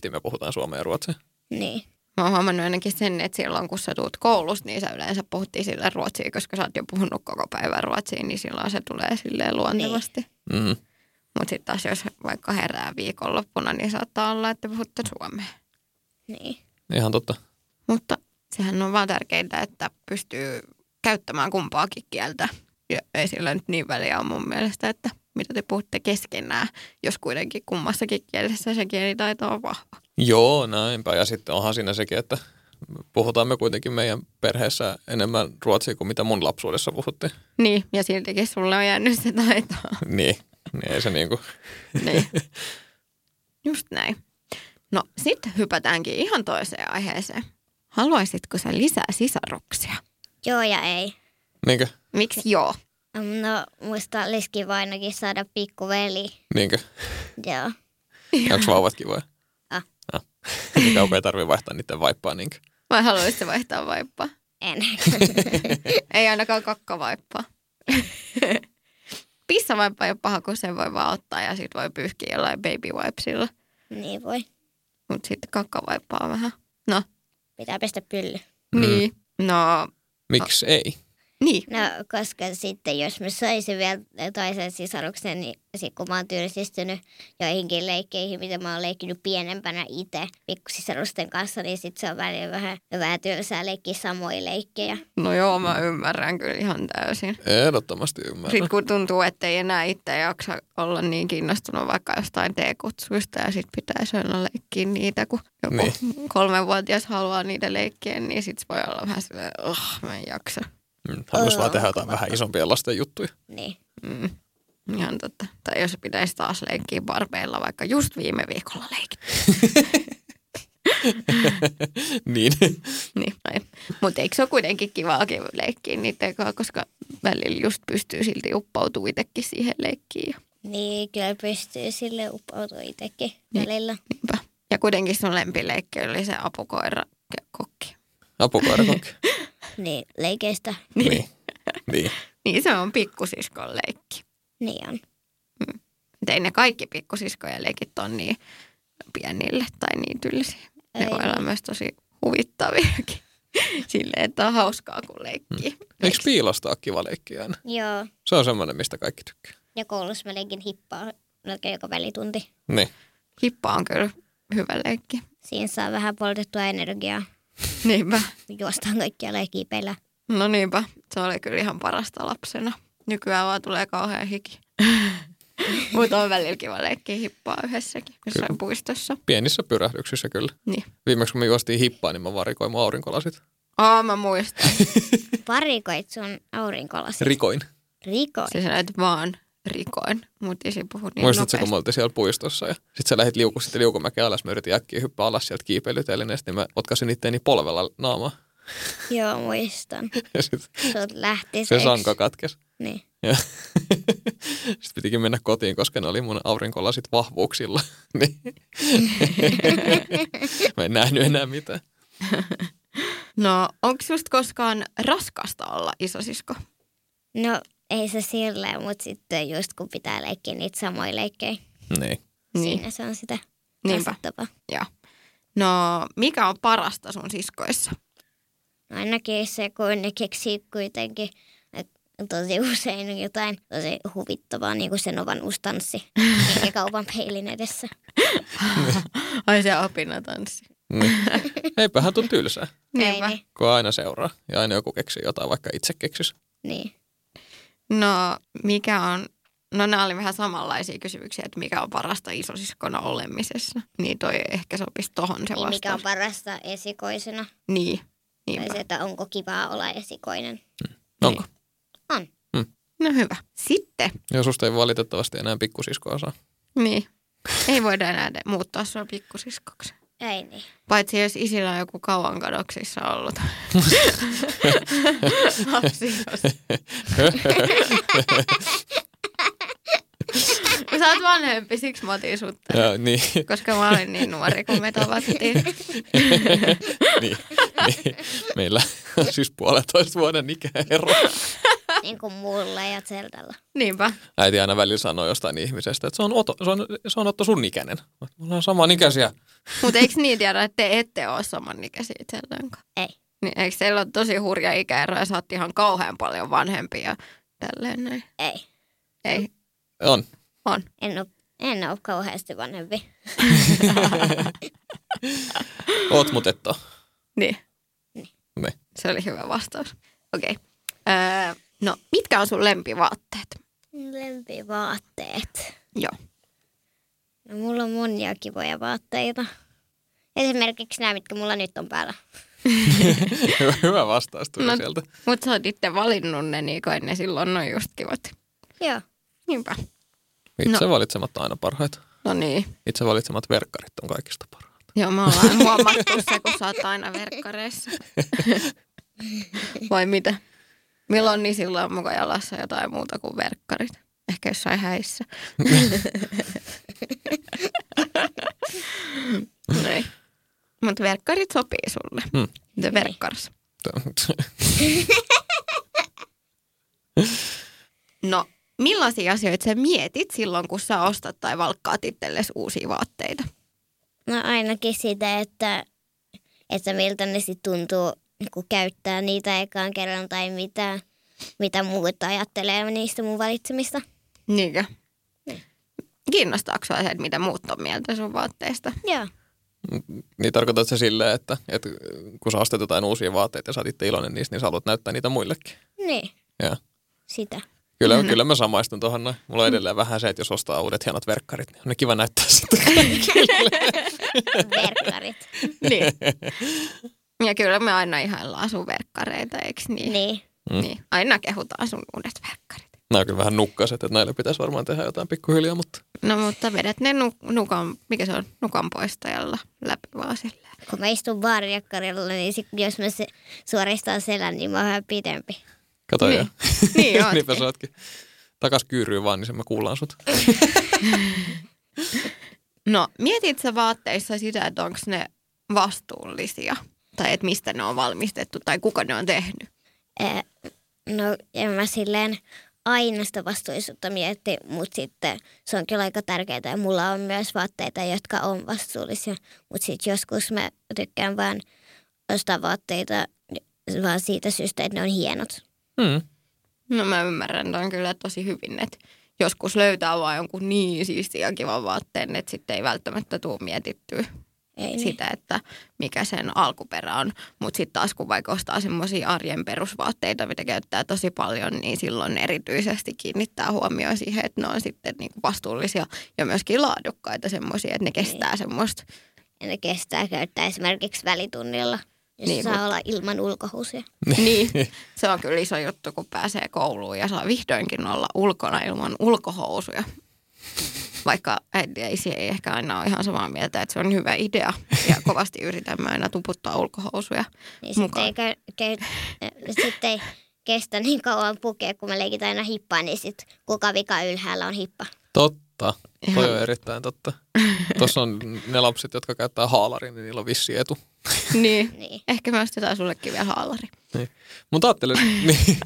50-50 me puhutaan suomea ja ruotsia. Niin. Mä oon huomannut ainakin sen, että silloin kun sä tuut koulusta, niin sä yleensä puhuttiin sillä ruotsia, koska sä oot jo puhunut koko päivän ruotsia, niin silloin se tulee silleen luontevasti. Niin. Mm. Mutta sitten taas jos vaikka herää viikonloppuna, niin saattaa olla, että puhutte suomea. Niin. Ihan totta. Mutta sehän on vaan tärkeintä, että pystyy käyttämään kumpaakin kieltä. Ja ei sillä nyt niin väliä ole mun mielestä, että mitä te puhutte keskenään, jos kuitenkin kummassakin kielessä se kielitaito on vahva. Joo, näinpä. Ja sitten onhan siinä sekin, että puhutaan me kuitenkin meidän perheessä enemmän ruotsia kuin mitä mun lapsuudessa puhuttiin. (laughs) Niin, ja siltikin sulle on jäänyt se taito. niin. niin, ei se niinku. niin. Just näin. No, sitten hypätäänkin ihan toiseen aiheeseen. Haluaisitko sä lisää sisaruksia? Joo ja ei. Niinkö? Miksi joo? No musta olisi kiva ainakin saada pikkuveli. Niinkö? Joo. Onko vauvat kivoja? Ah. ah. Niin kauan ei tarvitse vaihtaa niiden vaippaa niinkö? Vai haluaisit sä vaihtaa vaippaa? (laughs) En. Ei ainakaan kakkavaippaa. Pissavaippa ei ole paha, kun sen voi vaan ottaa ja sit voi pyyhkiä jollain baby wipesilla. niin voi. Mut sitten kakkavaippaa on vähän. No, Pitää pestä pylly. Mm. niin. No, Miksi ei? niin. No, koska sitten jos mä saisin vielä toisen sisaruksen, niin sit kun mä oon tylsistynyt joihinkin leikkeihin, mitä mä oon leikkinyt pienempänä itse pikkusisarusten kanssa, niin sitten se on välillä vähän, vähän tylsää leikkiä samoja leikkejä. No joo, mä ymmärrän kyllä ihan täysin. Ehdottomasti ymmärrän. Sitten kun tuntuu, että ei enää itse jaksa olla niin kiinnostunut vaikka jostain T-kutsuista ja sitten pitäisi aina leikkiä niitä, kun joku niin. kolmenvuotias haluaa niitä leikkiä, niin sitten voi olla vähän silleen, oh, mä en jaksa. Mm, Haluaisin vaan tehdä jotain vähän isompia lasten juttuja. Niin. Mm. Ihan totta. Tai jos pitäisi taas leikkiä barbeilla, vaikka just viime viikolla leikki. (laughs) niin. (laughs) Niin, Mutta eikö se ole kuitenkin kivaakin leikkiä niiden kanssa, koska välillä just pystyy silti uppautumaan itsekin siihen leikkiin. ja Niin, kyllä pystyy sille uppoutua itsekin välillä. Niinpä. Ja kuitenkin sun lempileikki oli se apukoira ja kokki. (laughs) Apukoirakokki. Niin, leikeistä. niin. niin. Niin se on pikkusiskon leikki. Niin on. Mutta ei ne kaikki pikkusiskojen leikit ole niin pienille tai niin tyllisiä. Ne Ei. voi olla myös tosi huvittaviakin. (laughs) Silleen, että on hauskaa kun leikkii. Eikö piilostaa ole kiva leikki aina? Joo. Se on semmoinen, mistä kaikki tykkää. Ja koulussa mä leikin hippaa melkein joka välitunti. Niin. Hippa on kyllä hyvä leikki. Siinä saa vähän poltettua energiaa. Niinpä. Juostaan kaikkialla ja kiipeillä. No niinpä. Se oli kyllä ihan parasta lapsena. Nykyään vaan tulee kauhean (laughs) hiki. Mutta on välillä kiva leikkiä hippaa yhdessäkin, jossain puistossa. Pienissä pyrähdyksissä kyllä. Niin. Viimeksi kun me juostiin hippaa, niin mä varikoin mun aurinkolasit. Aa, mä muistan. Parikoit sun aurinkolasit. Rikoin. Rikoit. Siis näet vaan rikoin. Mut isi puhui niin Muistatko, nopeasti. kun me oltiin siellä puistossa ja sitten sä lähdit liuku, sitten liukumäkeä alas, mä yritin äkkiä hyppää alas sieltä kiipeilytelineestä, niin mä otkasin itteeni polvella naamaa (laughs) Joo, (laughs) muistan. ja sit Sut lähti se se sanka katkes. Niin. Ja (laughs) sitten pitikin mennä kotiin, koska ne oli mun aurinkolasit vahvuuksilla. (laughs) (laughs) Niin. mä en nähnyt enää mitään. No, onko just koskaan raskasta olla isosisko? No ei se silleen, mutta sitten just kun pitää leikkiä niitä samoja leikkejä, Niin. niin. Niin, siinä se on sitä niinpä. rasittavaa. Ja. No, mikä on parasta sun siskoissa? No Ainakin se, kun ne keksii kuitenkin että tosi usein jotain tosi huvittavaa, niin kuin sen ovan ustanssi (laughs) ja kaupan peilin edessä. Ai se opinnotanssi. niin. Eipähän tuu tylsää, Ei Niinpä. niin. kun aina seuraa ja aina joku keksii jotain, vaikka itse keksisi. niin. No, mikä on... No nämä oli vähän samanlaisia kysymyksiä, että mikä on parasta isosiskona olemisessa. Niin toi ehkä sopisi tohon se niin mikä on vastaus. parasta esikoisena? Niin, Tai niinpä. se, että onko kivaa olla esikoinen. Onko? On. Niin. No hyvä. Sitten, Ja susta ei valitettavasti enää pikkusiskoa saa. niin. Ei voida enää de- muuttaa sua pikkusiskoksi. Ei (laughs) niin. Paitsi jos isillä on joku kauan kadoksissa ollut lapsi. Sä oot vanhempi, siksi mä otin sut tänne, Ja, niin, (laughs) koska mä olin niin nuori, kun me tavattiin. niin, niin. Meillä on siis puolentoista vuoden ikäero. Niin kuin mulla ja Zeldalla. Niinpä. Äiti aina välillä sanoo jostain ihmisestä, että se on Otto, se on, se on Otto sun ikäinen. Mä oon, Me ollaan saman ikäisiä. Mutta eikö niin tiedä, että te ette ole samanikäisiä itselläänkaan? Ei. Niin, eikö teillä ole tosi hurja ikäero ja sä oot ihan kauhean paljon vanhempia? Tälleen näin. Ei. Ei, On. on. En ole, en ole kauheasti vanhempi. Oot, mut et oo. Niin, Niin. (laughs) se oli hyvä vastaus. Okei. Öö, no, mitkä on sun lempivaatteet? Lempivaatteet. Joo. No mulla on monia kivoja vaatteita. Esimerkiksi nämä, mitkä mulla nyt on päällä. Hyvä, hyvä vastaus tuli No. no. sieltä. Mutta sä oot itse valinnut ne, niin kai ne silloin on just kivat. Joo. Niinpä. Itse no. valitsemat on aina parhaita. No niin. Itse valitsemat verkkarit on kaikista parhaat. (laughs) Joo, me ollaan huomattu se, kun sä oot aina verkkareissa. Vai mitä? Milloin niin silloin on muka jalassa jotain muuta kuin verkkarit? Ehkä jossain häissä. Noin. Mutta Niin. verkkarit sopii sulle. Mm. The verkkars. No, millaisia asioita sä mietit silloin, kun sä ostat tai valkkaat itsellesi uusia vaatteita? No ainakin sitä, että, että miltä ne sitten tuntuu, niin kun käyttää niitä ekaan kerran tai mitä, mitä muut ajattelee niistä mun valitsemista. Niinkö? Kiinnostaako sinua se, että mitä muut on mieltä sun vaatteista? Joo. niin tarkoitatko se silleen, että, että kun sä ostat jotain uusia vaatteita ja sä oot itse iloinen niistä, niin sä haluat näyttää niitä muillekin. Niin, Ja. sitä. Kyllä, mm. kyllä mä samaistun tuohon. noin. Mulla Mm. on edelleen vähän se, että jos ostaa uudet hienot verkkarit, niin on ne kiva näyttää (laughs) sitten. (laughs) Verkkarit. Niin. (laughs) Ja kyllä me aina ihaillaan sun verkkareita, eikö niin? niin. niin. Aina kehutaan sun uudet verkkarit. Nämä on kyllä vähän nukkaset, että näille pitäisi varmaan tehdä jotain pikkuhiljaa, mutta No mutta vedät ne nu- nukan, mikä se on, nukan poistajalla läpi vaan (laughs) silleen. Kun mä istun baariakkarilla, niin sit, jos mä se, suoristan selän, niin mä oon vähän pidempi. kato Niin. ja. (laughs) (laughs) Niin Niinpä ootkin. sä ootkin. Takas kyyryy vaan, niin sen mä kuullaan sut. No, mietit sä vaatteissa sitä, että onko ne vastuullisia? Tai että mistä ne on valmistettu tai kuka ne on tehnyt? Ää, no, en mä silleen aina sitä vastuullisuutta mietti, mutta sitten se on kyllä aika tärkeää. Ja mulla on myös vaatteita, jotka on vastuullisia, mutta sitten joskus mä tykkään vaan ostaa vaatteita vaan siitä syystä, että ne on hienot. Mm. No mä ymmärrän tämän kyllä tosi hyvin, että joskus löytää vaan jonkun niin siistiä ja kivan vaatteen, että sitten ei välttämättä tuu mietittyä Ei niin. sitä, että mikä sen alkuperä on. Mutta sitten taas kun vaikka ostaa semmoisia arjen perusvaatteita, mitä käyttää tosi paljon, niin silloin erityisesti kiinnittää huomioon siihen, että ne on sitten niinku vastuullisia ja myöskin laadukkaita semmoisia, että ne Niin. kestää semmoista Ja ne kestää käyttää esimerkiksi välitunnilla, jos Niin, niin, saa mut- olla ilman ulkohuusia. Niin, (laughs) se on kyllä iso juttu, kun pääsee kouluun ja saa vihdoinkin olla ulkona ilman ulkohousuja. Vaikka äiti ja isi ei ehkä aina ole ihan samaa mieltä, että se on hyvä idea. (laughs) Ja kovasti yritämme aina tuputtaa ulkohousuja. Niin sitten mukaan. ei, käy, käy, äh, sit ei kestä niin kauan pukea, kun mä leikin aina hippaa, niin sit kuka vika ylhäällä on hippa. Totta. Toi Ihan- on erittäin totta. Tuossa on ne lapset, jotka käyttää haalaria, niin niillä on vissi etu. Niin. Niin. Ehkä mä ostetaan sullekin vielä haalari. Niin. Mutta (laughs) ajattelin, niin.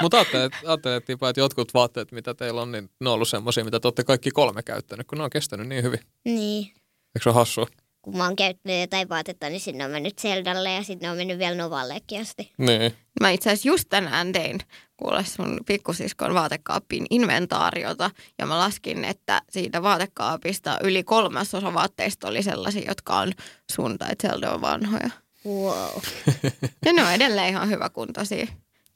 Mut ajattelin, ajattelin että tipa, että jotkut vaatteet, mitä teillä on, niin ne on ollut semmoisia, mitä te olette kaikki kolme käyttänyt, kun ne on kestänyt niin hyvin. Niin. Eikö se ole hassua? Kun mä oon käyttänyt jotain vaatetta, niin sinne on mennyt Zeldalle ja sitten on mennyt vielä Novallekin asti. Niin. Mä itse asiassa just tänään tein kuule sun pikkusiskon vaatekaapin inventaariota ja mä laskin, että siitä vaatekaapista yli kolmasosa vaatteista oli sellaisia, jotka on sun tai Zeldon vanhoja. Wow. Ja ne on edelleen ihan hyväkuntoisia.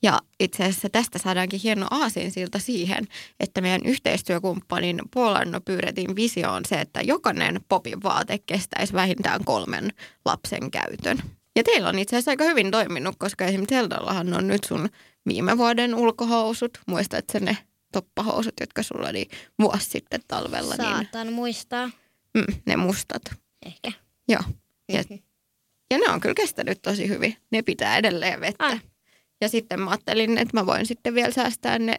Ja itse asiassa tästä saadaankin hieno aasinsilta siihen, että meidän yhteistyökumppanin Puolanno Pyyretin visio on se, että jokainen popin vaate kestäisi vähintään kolmen lapsen käytön. Ja teillä on itse asiassa aika hyvin toiminut, koska esimerkiksi Zeldallahan on nyt sun viime vuoden ulkohousut. Muistatko ne toppahousut, jotka sulla oli vuosi sitten talvella? Niin, Saatan muistaa. mm, ne mustat. Ehkä. Joo. Ja, ja ne on kyllä kestänyt tosi hyvin. Ne pitää edelleen vettä. Ai. Ja sitten mä ajattelin, että mä voin sitten vielä säästää ne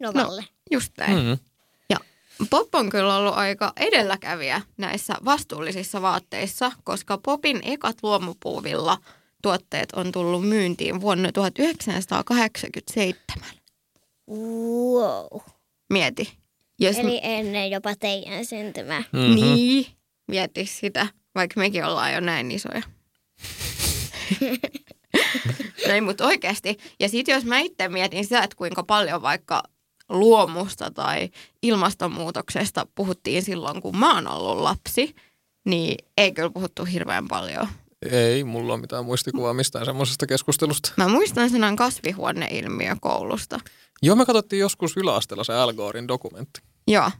Novalle. No. just näin. Mm. Mm. Ja Pop on kyllä ollut aika edelläkävijä näissä vastuullisissa vaatteissa, koska Popin ekat luomupuuvilla tuotteet on tullut myyntiin vuonna 1987. Wow. Mieti. Jos Eli ennen jopa teidän syntymää. Mm-hmm. Niin, mieti sitä, vaikka mekin ollaan jo näin (laughs) isoja. no ei, mutta oikeasti. Ja sitten jos mä itse mietin sitä, että kuinka paljon vaikka luomusta tai ilmastonmuutoksesta puhuttiin silloin, kun mä oon ollut lapsi, niin ei kyllä puhuttu hirveän paljon. Ei mulla ole mitään muistikuvaa mistään semmoisesta keskustelusta. Mä muistan sanan kasvihuoneilmiö koulusta. Joo, me katsottiin joskus yläasteella se Al Gorein dokumentti. Joo.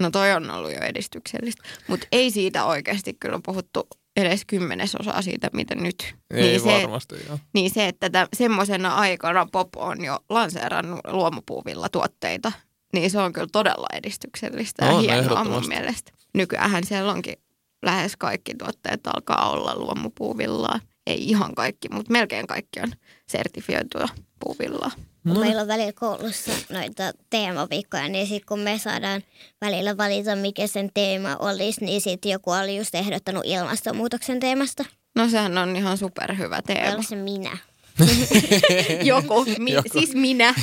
No toi on ollut jo edistyksellistä. Mutta ei siitä oikeasti kyllä puhuttu edes kymmenesosaa siitä, mitä nyt. Ei niin se, varmasti, se... joo. Niin se, että tä- semmoisena aikana pop on jo lanseerannut luomupuuvilla tuotteita, niin se on kyllä todella edistyksellistä ja On, hienoa mun ehdottomasti. mielestä. Nykyäänhän siellä onkin lähes kaikki tuotteet alkaa olla luomupuuvillaa. Ei ihan kaikki, mutta melkein kaikki on sertifioitua puuvillaa. Kun No. meillä on välillä koulussa noita teemaviikkoja, niin sitten kun me saadaan välillä valita, mikä sen teema olisi, niin sitten joku oli just ehdottanut ilmastonmuutoksen teemasta. No sehän on ihan superhyvä Vai teema. Oliko se minä? (laughs) Joku, mi- Joku. siis minä. (laughs)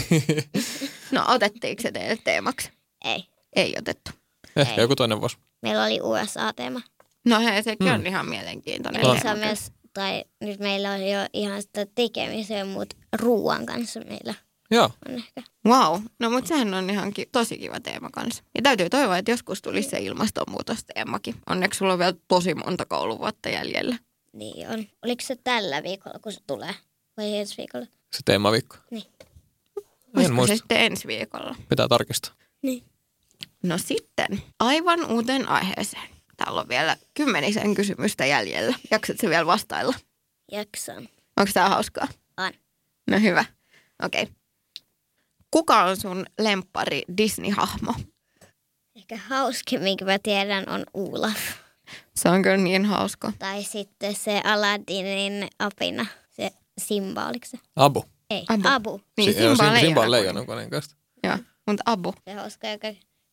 No otettiinko se teille teemaksi? Ei. Ei otettu. Ehkä Ei. joku toinen vuosi. Meillä oli USA-teema. No hei, sekin Hmm. on ihan mielenkiintoinen Ja On. se teema. on kyllä. myös, tai nyt meillä on jo ihan sitä tekemiseen, mutta ruoan kanssa meillä Joo. on ehkä. Wow, no mutta sehän on ihan ki- tosi kiva teema kanssa. Ja täytyy toivoa, että joskus tulisi se ilmastonmuutosteemakin. Onneksi sulla on vielä tosi monta kouluvuotta jäljellä. Niin on. Oliko se tällä viikolla, kun se tulee? Vai ensi viikolla? Se teemaviikko. Niin. En Olisiko se muista. sitten ensi viikolla? Pitää tarkistaa. Niin. No sitten, aivan uuteen aiheeseen. Täällä on vielä kymmenisen kysymystä jäljellä. Jaksat se vielä vastailla? Jakson. Onko tämä hauskaa? On. No hyvä. Okei. Okay. Kuka on sun lempari Disney-hahmo? Ehkä hauskin, minkä mä tiedän, on Olaf. Se on kyllä niin hauska. Tai sitten se Aladdinin apina. Se Simba, oliko se? Abu. Ei, Abu. Abu. Abu. Niin, Si- joo, Simba on Sim- Simba leijona. on leijonan koneen kanssa. Joo, mutta Abu. Se hauska, joka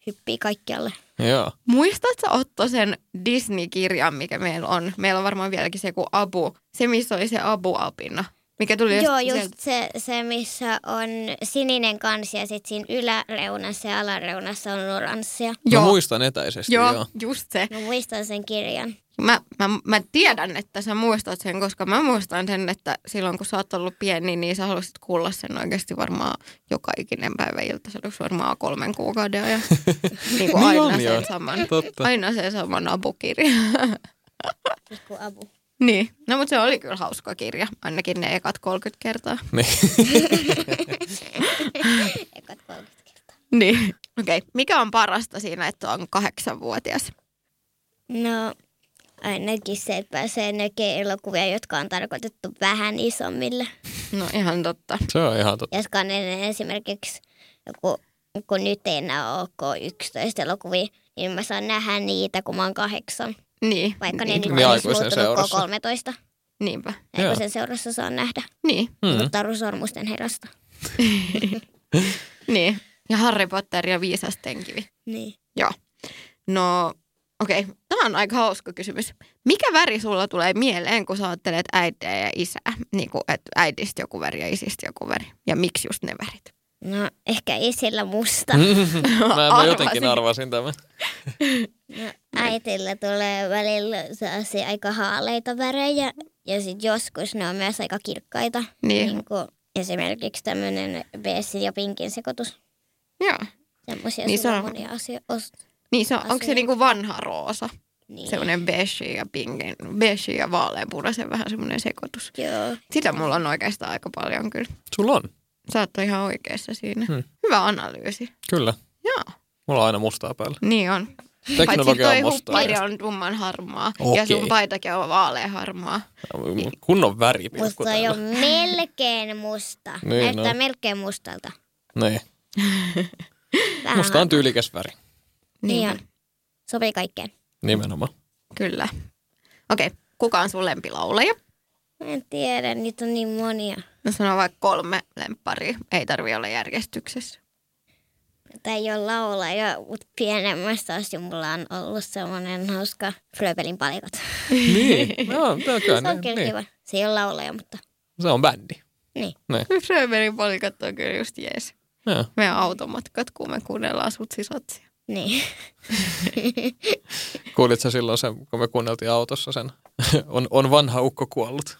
hyppii kaikkialle. Joo. Muistatko Otto sen Disney-kirjan, mikä meillä on? Meillä on varmaan vieläkin se joku Abu. Se, missä oli se Abu-apina, mikä tuli Joo, sieltä. just se, se, missä on sininen kansi ja sitten siinä yläreunassa ja alareunassa on oranssia. Joo. Mä Joo, muistan etäisesti, joo. joo, joo, just se. Mä muistan sen kirjan. Mä, mä, mä tiedän, että sä muistat sen, koska mä muistan sen, että silloin kun sä oot ollut pieni, niin sä halusit kuulla sen oikeasti varmaan joka ikinen päivä ilta. Se olisi varmaan kolmen kuukauden (laughs) ajan. niin kuin Niin aina, on, joo. sen saman, Totta. aina sen saman abukirja. Pikku Abu. (laughs) niin. No mutta se oli kyllä hauska kirja, ainakin ne ekat 30 kertaa. Niin. (laughs) Ekat 30 kertaa. (laughs) Niin. Okei, okay. mikä on parasta siinä, että on kahdeksanvuotias? No, ainakin se, että pääsee näkemään elokuvia, jotka on tarkoitettu vähän isommille. No ihan totta. Se on ihan totta. Jotka on ennen esimerkiksi joku, kun nyt ei enää ole K11-elokuvia, niin mä saan nähdä niitä, kun mä oon kahdeksan. Niin. Vaikka ne niin. nyt Niin on aikuisen muuttunut seurassa. K13. Niinpä. Joo. Aikuisen seurassa saan nähdä. Niin. Mm. (laughs) Mm. Taru Sormusten herrasta. Niin. Ja Harry Potter ja viisasten kivi. Niin. Joo. No, okei. Okay. Tämä on aika hauska kysymys. Mikä väri sulla tulee mieleen, kun sä ajattelet äitiä ja isää? Niin kuin, että äidistä joku väri ja isistä joku väri. Ja miksi just ne värit? No, ehkä isillä musta. Mm. Mä, mä Arvasin. jotenkin arvasin tämän. No, äitillä tulee välillä sellaisia aika haaleita värejä ja sitten joskus ne on myös aika kirkkaita. Niin. niin kuin esimerkiksi tämmöinen beessin ja pinkin sekoitus. Joo. Semmoisia Niin niin se on- monia asioita. Os- Niin se on, onko se Asia. niinku vanha roosa? niin. Niin. Semmoinen beige ja pinkin, beige ja vaaleanpunaisen vähän semmoinen sekoitus. Joo. Sitä mulla on oikeastaan aika paljon kyllä. Sulla on, Sä oot ihan oikeassa siinä. Hmm. Hmm. Hyvä analyysi. kyllä. Joo, Mulla on aina mustaa päällä. niin on. Teknologia Paitsi toi on mustaa. huppari on tumman harmaa ja Okei. sun paitakin on Niin vaaleaharmaa. Kunnon väri. Musta on jo melkein musta. Niin, Niin, Näyttää no. no. melkein mustalta. Niin. Vähän Musta on tyylikäs väri. Niin on. Sopii kaikkeen. Nimenomaan. Kyllä. Okei, kuka on sun lempilaulaja? Mä en tiedä, niitä on niin monia. No sano vaikka kolme lempparia. Ei tarvi olla järjestyksessä. Tai ei ole laulaja, mutta pienemmästä asti mulla on ollut semmoinen hauska Fröbelin palikot. Niin. No, tää on Se kyllä, on kyllä niin. kiva. Se ei ole laulaja, mutta Se on bändi. niin. Niin. Fröberin palikat on kyllä just jees. Joo. Meidän automatkat, kun me kuunnellaan sut sisotsia. niin. (laughs) Kuulitko silloin sen, kun me kuunneltiin autossa sen? (laughs) on, on vanha ukko kuollut.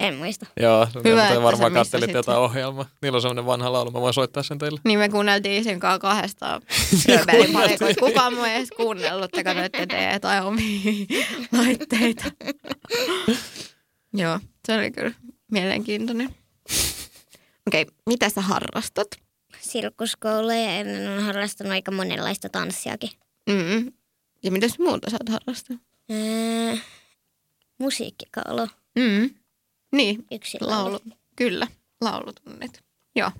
En muista. Joo, Hyvä, te että varmaan sä missasit katselitte jotain ohjelmaa. Niillä on semmoinen vanha laulu, mä voin soittaa sen teille. Niin me kuunneltiin sen kanssa (laughs) kahdestaan Fröberin palikoita. Kukaan muu ei edes kuunnellut, te katsoitte teidän jotain omia (laughs) laitteita. Joo, se oli kyllä mielenkiintoinen. Okei, mitä sä harrastat? Sirkuskouluja ennen on harrastanut aika monenlaista tanssiakin. Mm. Ja mitäs muuta sä oot harrastanut? Öö, musiikkikaulu. Mm. Niin, Yksi laulu. Kyllä, laulutunnit. Joo,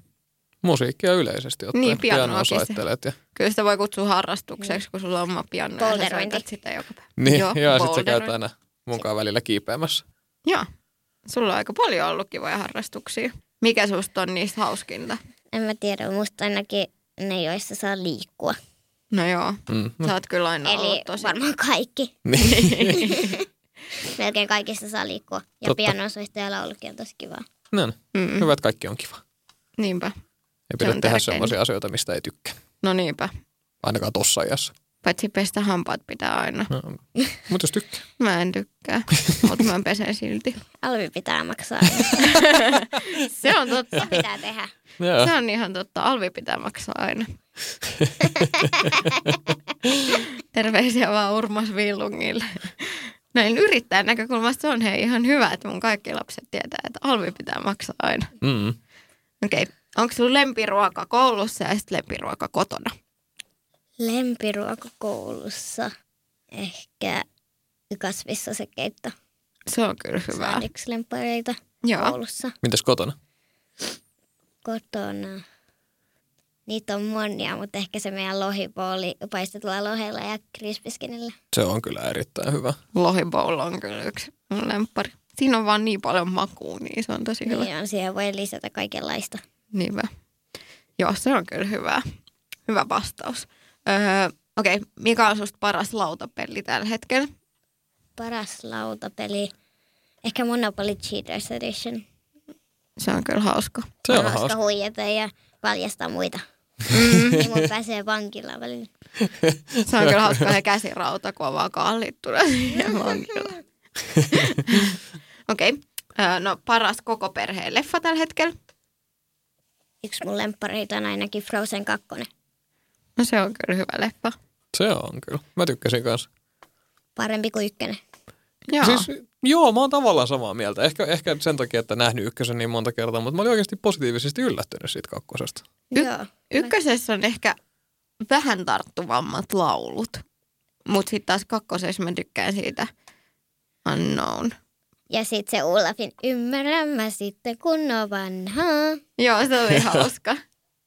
Musiikkia yleisesti ottaen. Niin, pianoakin Pianoa se. soittelet ja (laughs) kyllä sitä voi kutsua harrastukseksi, kun sulla on oma piano ja sä Polderointi. soitat sitä joka päivä. Niin, joo, joo sit sä polderointi. käyt aina mukaan välillä kiipeämässä. Joo, sulla on aika paljon ollut kivoja harrastuksia. Mikä susta on niistä hauskinta? En mä tiedä, musta ainakin ne, joissa saa liikkua. No joo, Mm. sä oot kyllä aina ollut Eli tosi... varmaan kaikki. (laughs) Niin. (laughs) Melkein kaikissa saa liikkua. Ja Totta. pianon soitto ja laulukin on tosi kivaa. No, niin. Mm, hyvä, että kaikki on kiva. niinpä, Ei Se pidä on tehdä tärkeintä. sellaisia asioita, mistä ei tykkää. no niinpä. Ainakaan tossa ajassa. Paitsi pestä hampaat pitää aina. No, mutta jos (laughs) tykkää. Mä en (laughs) tykkää, mutta mä pesen silti. Alvi pitää maksaa. (laughs) Se on totta. (laughs) Se pitää tehdä. Joo. Se on ihan totta. Alvi pitää maksaa (laughs) aina. Terveisiä vaan Urmas Villungille. Näin yrittäjän näkökulmasta se on hei ihan hyvä, että mun kaikki lapset tietää, että alvi pitää maksaa aina. Mm. Okei, okay. onko sulla lempiruoka koulussa ja sitten lempiruoka kotona? Lempiruoka koulussa. Ehkä kasvissasekeitto. Se on kyllä Se hyvä. on yksi lempareita Joo. koulussa. Mites kotona? Kotona. Niitä on monia, mutta ehkä se meidän lohipooli paistetulla lohella ja krispiskinillä. Se on kyllä erittäin hyvä. Lohibowl on kyllä yksi mun lemppari. Siinä on vaan niin paljon makua, niin se on tosi hyvä. Niin on, siihen voi lisätä kaikenlaista. Niin hyvä. Joo, se on kyllä hyvä. Hyvä vastaus. Öö, Okei, okay. mikä on susta paras lautapeli tällä hetkellä? Paras lautapeli. Ehkä Monopoly Cheaters Edition. Se on kyllä hauska. Se on hauska. huijata ja paljastaa muita. Mm. niin mun pääsee vankilaan välillä. Se on kyllä hauska se käsirauta, kun on vaan kaalit tulee siihen vankilaan. Okei, okay. öö, no paras koko perheen leffa tällä hetkellä? Yksi mun lemppareita on ainakin Frozen 2. No se on kyllä hyvä leffa. Se on kyllä. Mä tykkäsin kanssa. Parempi kuin ykkönen. Joo. Siis, joo, mä oon tavallaan samaa mieltä. Ehkä, ehkä sen takia, että nähnyt ykkösen niin monta kertaa, mutta mä olin oikeasti positiivisesti yllättynyt siitä kakkosesta. Y- Joo. Ykkösessä on ehkä vähän tarttuvammat laulut, mutta sitten taas kakkosessa mä tykkään siitä Unknown. Ja sit se Ulafin ymmärrän mä sitten kun on vanhaa. Joo, se oli hauska.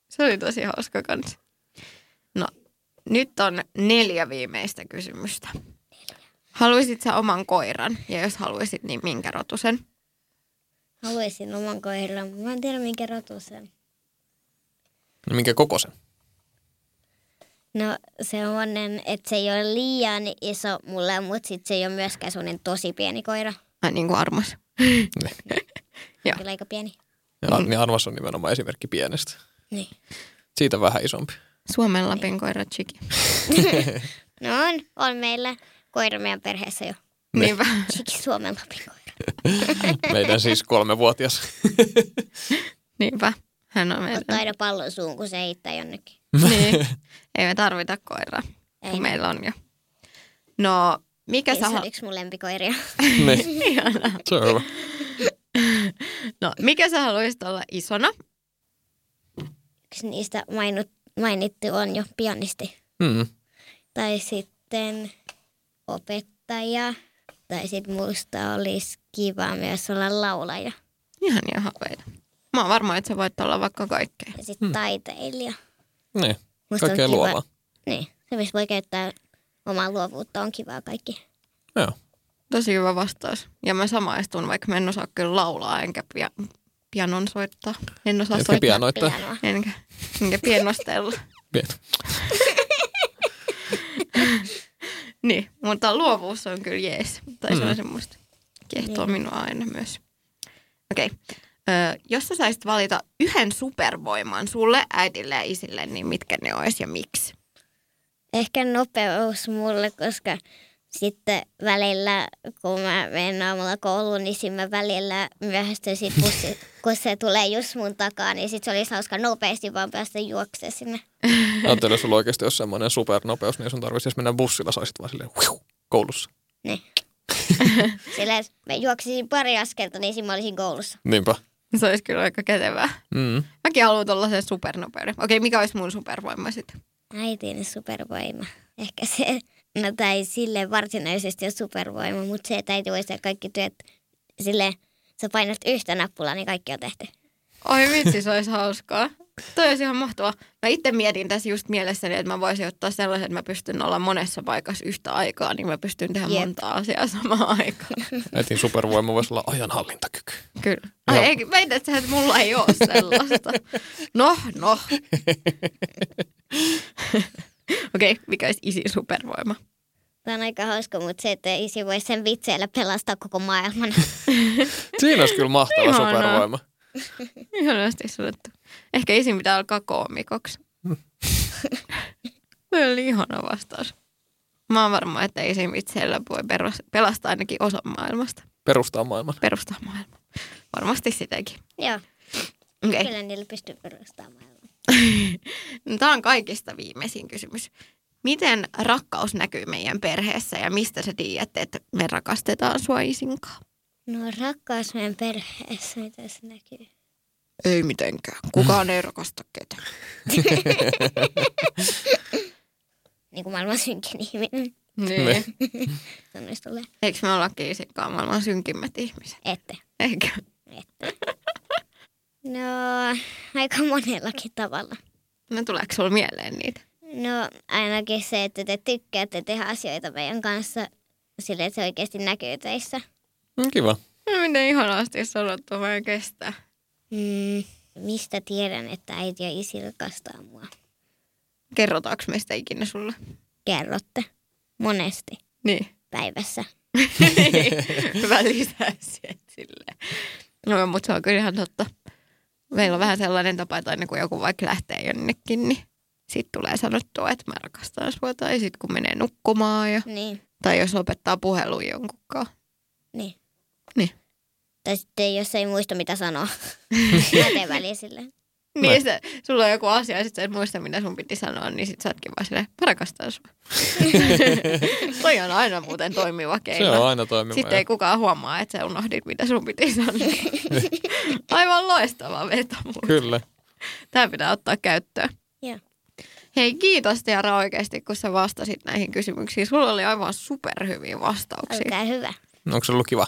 Se oli tosi hauska kans. No, nyt on neljä viimeistä kysymystä. Haluaisit sä oman koiran? Ja jos haluaisit, niin minkä rotusen? Haluaisin oman koiran, mutta mä en tiedä minkä rotu se on. No minkä kokoisen? No semmonen, että se ei ole liian iso mulle, mutta sit se ei ole myöskään semmonen tosi pieni koira. Ai niin kuin armas. Joo. Kyllä aika pieni. Niin. Ja, Mm. niin arvas on nimenomaan esimerkki pienestä. Niin. Siitä vähän isompi. Suomen Lapin koira Chiki. No on, on meillä koira meidän perheessä jo. Niinpä. Siksi Suomen Lapin koira. Meidän siis kolmevuotias. (laughs) Niinpä. Hän on meidän. Ottaa aina pallon suun, kun se heittää jonnekin. Niin. (laughs) Ei me tarvita koiraa, Ei. kun meillä on jo. No, mikä Ei, se sä, on (laughs) hal- yksi mun lempikoiria. niin. Se on hyvä. no, mikä sä haluaisit olla isona? Yksi niistä mainut, mainittu on jo pianisti. Mm. Tai sitten opettaja. Tai sitten musta olisi kiva myös olla laulaja. Ihan ihan haaveita. Mä oon varma, että sä voit olla vaikka kaikkea. Ja sitten taiteilija. Niin. Musta on Hmm. Kaikkea kiva. luovaa. Niin, se missä voi käyttää omaa luovuutta on kivaa kaikki. Joo. Tosi hyvä vastaus. Ja mä samaistun, vaikka mä en osaa kyllä laulaa, enkä pia- pianon soittaa. En osaa Etkä soittaa. pianoittaa. Pianoa. Enkä, enkä pienostella. Pien- niin, mutta luovuus on kyllä jees. Tai se Mm. on semmoista. Kiehtoo minua aina myös. Okei. Ö, jos sä saisit valita yhden supervoiman sulle, äidille ja isille, niin mitkä ne olisi ja miksi? Ehkä nopeus mulle, koska sitten välillä, kun mä menen aamulla kouluun, niin siinä mä välillä myöhästyn sit bussi, kun se tulee just mun takaa, niin sit se olisi hauska nopeasti vaan päästä juokseen sinne. Ajattelin, jos sulla oikeasti olisi semmoinen supernopeus, niin sun tarvitsisi mennä bussilla, saisit vaan silleen huiu, koulussa. Niin. Sillä jos mä juoksisin pari askelta, niin siinä mä olisin koulussa. Niinpä. Se olisi kyllä aika kätevää. Mm. Mäkin haluan tuollaisen supernopeuden. Okei, mikä olisi mun supervoima sitten? Äitini supervoima. Ehkä se, no tai sille varsinaisesti on supervoima, mutta se, että äiti voi tehdä kaikki työt sille sä painat yhtä nappulaa, niin kaikki on tehty. Oi vitsi, se olisi hauskaa. Toi olisi ihan mahtavaa. Mä itse mietin tässä just mielessäni, että mä voisin ottaa sellaisen, että mä pystyn olla monessa paikassa yhtä aikaa, niin mä pystyn tehdä Jep. Jep. monta asiaa samaan aikaan. Äitin supervoima voisi olla ajanhallintakyky. Kyllä. Ai, Joo. ei, väität sä, että mulla ei ole sellaista. No, no. Okei, mikä olisi isi supervoima? Tämä on aika hauska, mutta se, että isi voi sen vitseillä pelastaa koko maailman. Siinä olisi kyllä mahtava Ihanaa. supervoima. Ihanasti sanottu. Ehkä isin pitää alkaa koomikoksi. (laughs) Toi oli ihana vastaus. Mä oon varma, että isin vitseillä voi peros- pelastaa ainakin osan maailmasta. Perustaa maailman. Perustaa maailmaa. Varmasti sitäkin. Joo, Okay. kyllä niillä pystyy perustamaan maailman. Tämä No, on kaikista viimeisin kysymys. Miten rakkaus näkyy meidän perheessä ja mistä sä tiedät, että me rakastetaan sua isinkaan? No rakkaus meidän perheessä, mitä se näkyy? Ei mitenkään. Kukaan ei rakasta ketään. Niin kuin maailman synkin ihminen. Niin. Tunnusta tulee. Eikö me ollakin isinkaan maailman synkimmät ihmiset? Ette. Eikö? Ette. No, aika monellakin tavalla. No tuleeko sulla mieleen niitä? No ainakin se, että te tykkäätte tehdä asioita meidän kanssa sille, että se oikeasti näkyy teissä. Mm, Kiva. No miten ihanasti sanottu, mä en kestä. Mm, mistä tiedän, että äiti ja isi rakastaa mua? Kerrotaanko meistä ikinä sulle? Kerrotte. Monesti Niin. päivässä. (laughs) Välitään sieltä silleen. Niin. No, mutta se on kyllä ihan totta. Meillä on vähän sellainen tapa, että aina kun joku vaikka lähtee jonnekin, niin sitten tulee sanottua, että mä rakastan sua. Tai sitten kun menee nukkumaan ja... Niin, Tai jos lopettaa puhelun jonkunkaan. niin. Niin. Tai sitten jos ei muista mitä sanoo. Mä teen väliin sille. Niin, se, sulla on joku asia ja sit sä et muista, mitä sun piti sanoa, niin sit sä ootkin vaan silleen, mä rakastan (laughs) sua. Toi on aina muuten toimiva keino. Se on aina toimiva. Sitten ei kukaan huomaa, että sä unohdit, mitä sun piti (laughs) sanoa. Aivan loistava veto. muuten. Kyllä. Tämä pitää ottaa käyttöön. Joo. Hei, kiitos Tiara oikeasti, kun sä vastasit näihin kysymyksiin. Sulla oli aivan superhyviä vastauksia. Olkaa hyvä. Onko se ollut kiva?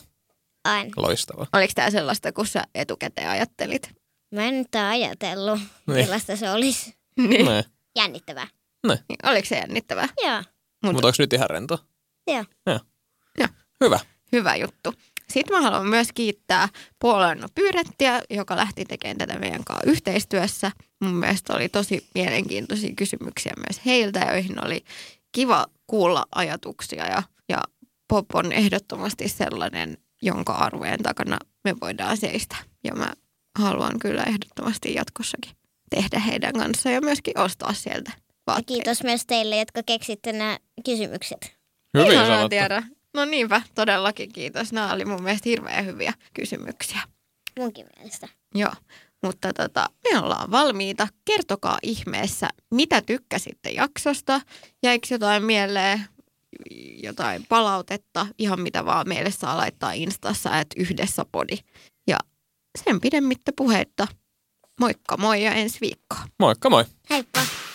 Aina. Loistava. Oliko tämä sellaista, kun sä etukäteen ajattelit? Mä en nyt ole ajatellut, Niin. millaista se olisi. Niin. Ne. Jännittävää. Oliko Niin, se jännittävää? Joo. Mut- Mutta onko nyt ihan rento? Joo. Joo. Joo. Hyvä. Hyvä juttu. Sitten mä haluan myös kiittää Puolanno Pyyrettiä, joka lähti tekemään tätä meidän kanssa yhteistyössä. Mun mielestä oli tosi mielenkiintoisia kysymyksiä myös heiltä, joihin oli kiva kuulla ajatuksia. Ja, ja pop on ehdottomasti sellainen, jonka arvojen takana me voidaan seistä. Ja mä haluan kyllä ehdottomasti jatkossakin tehdä heidän kanssaan ja myöskin ostaa sieltä Ja vaatteita. kiitos myös teille, jotka keksitte nämä kysymykset. Hyvin Ihanaa, sanottu. Tiara. No niinpä, todellakin kiitos. Nämä oli mun mielestä hirveän hyviä kysymyksiä. Munkin mielestä. Joo, mutta tota, me ollaan valmiita. Kertokaa ihmeessä, mitä tykkäsitte jaksosta. Jäikö jotain mieleen, jotain palautetta, ihan mitä vaan meille saa laittaa instassa, että yhdessä podi. Ja sen pidemmittä puheitta. Moikka moi ja ensi viikkoon. Moikka moi. Heippa!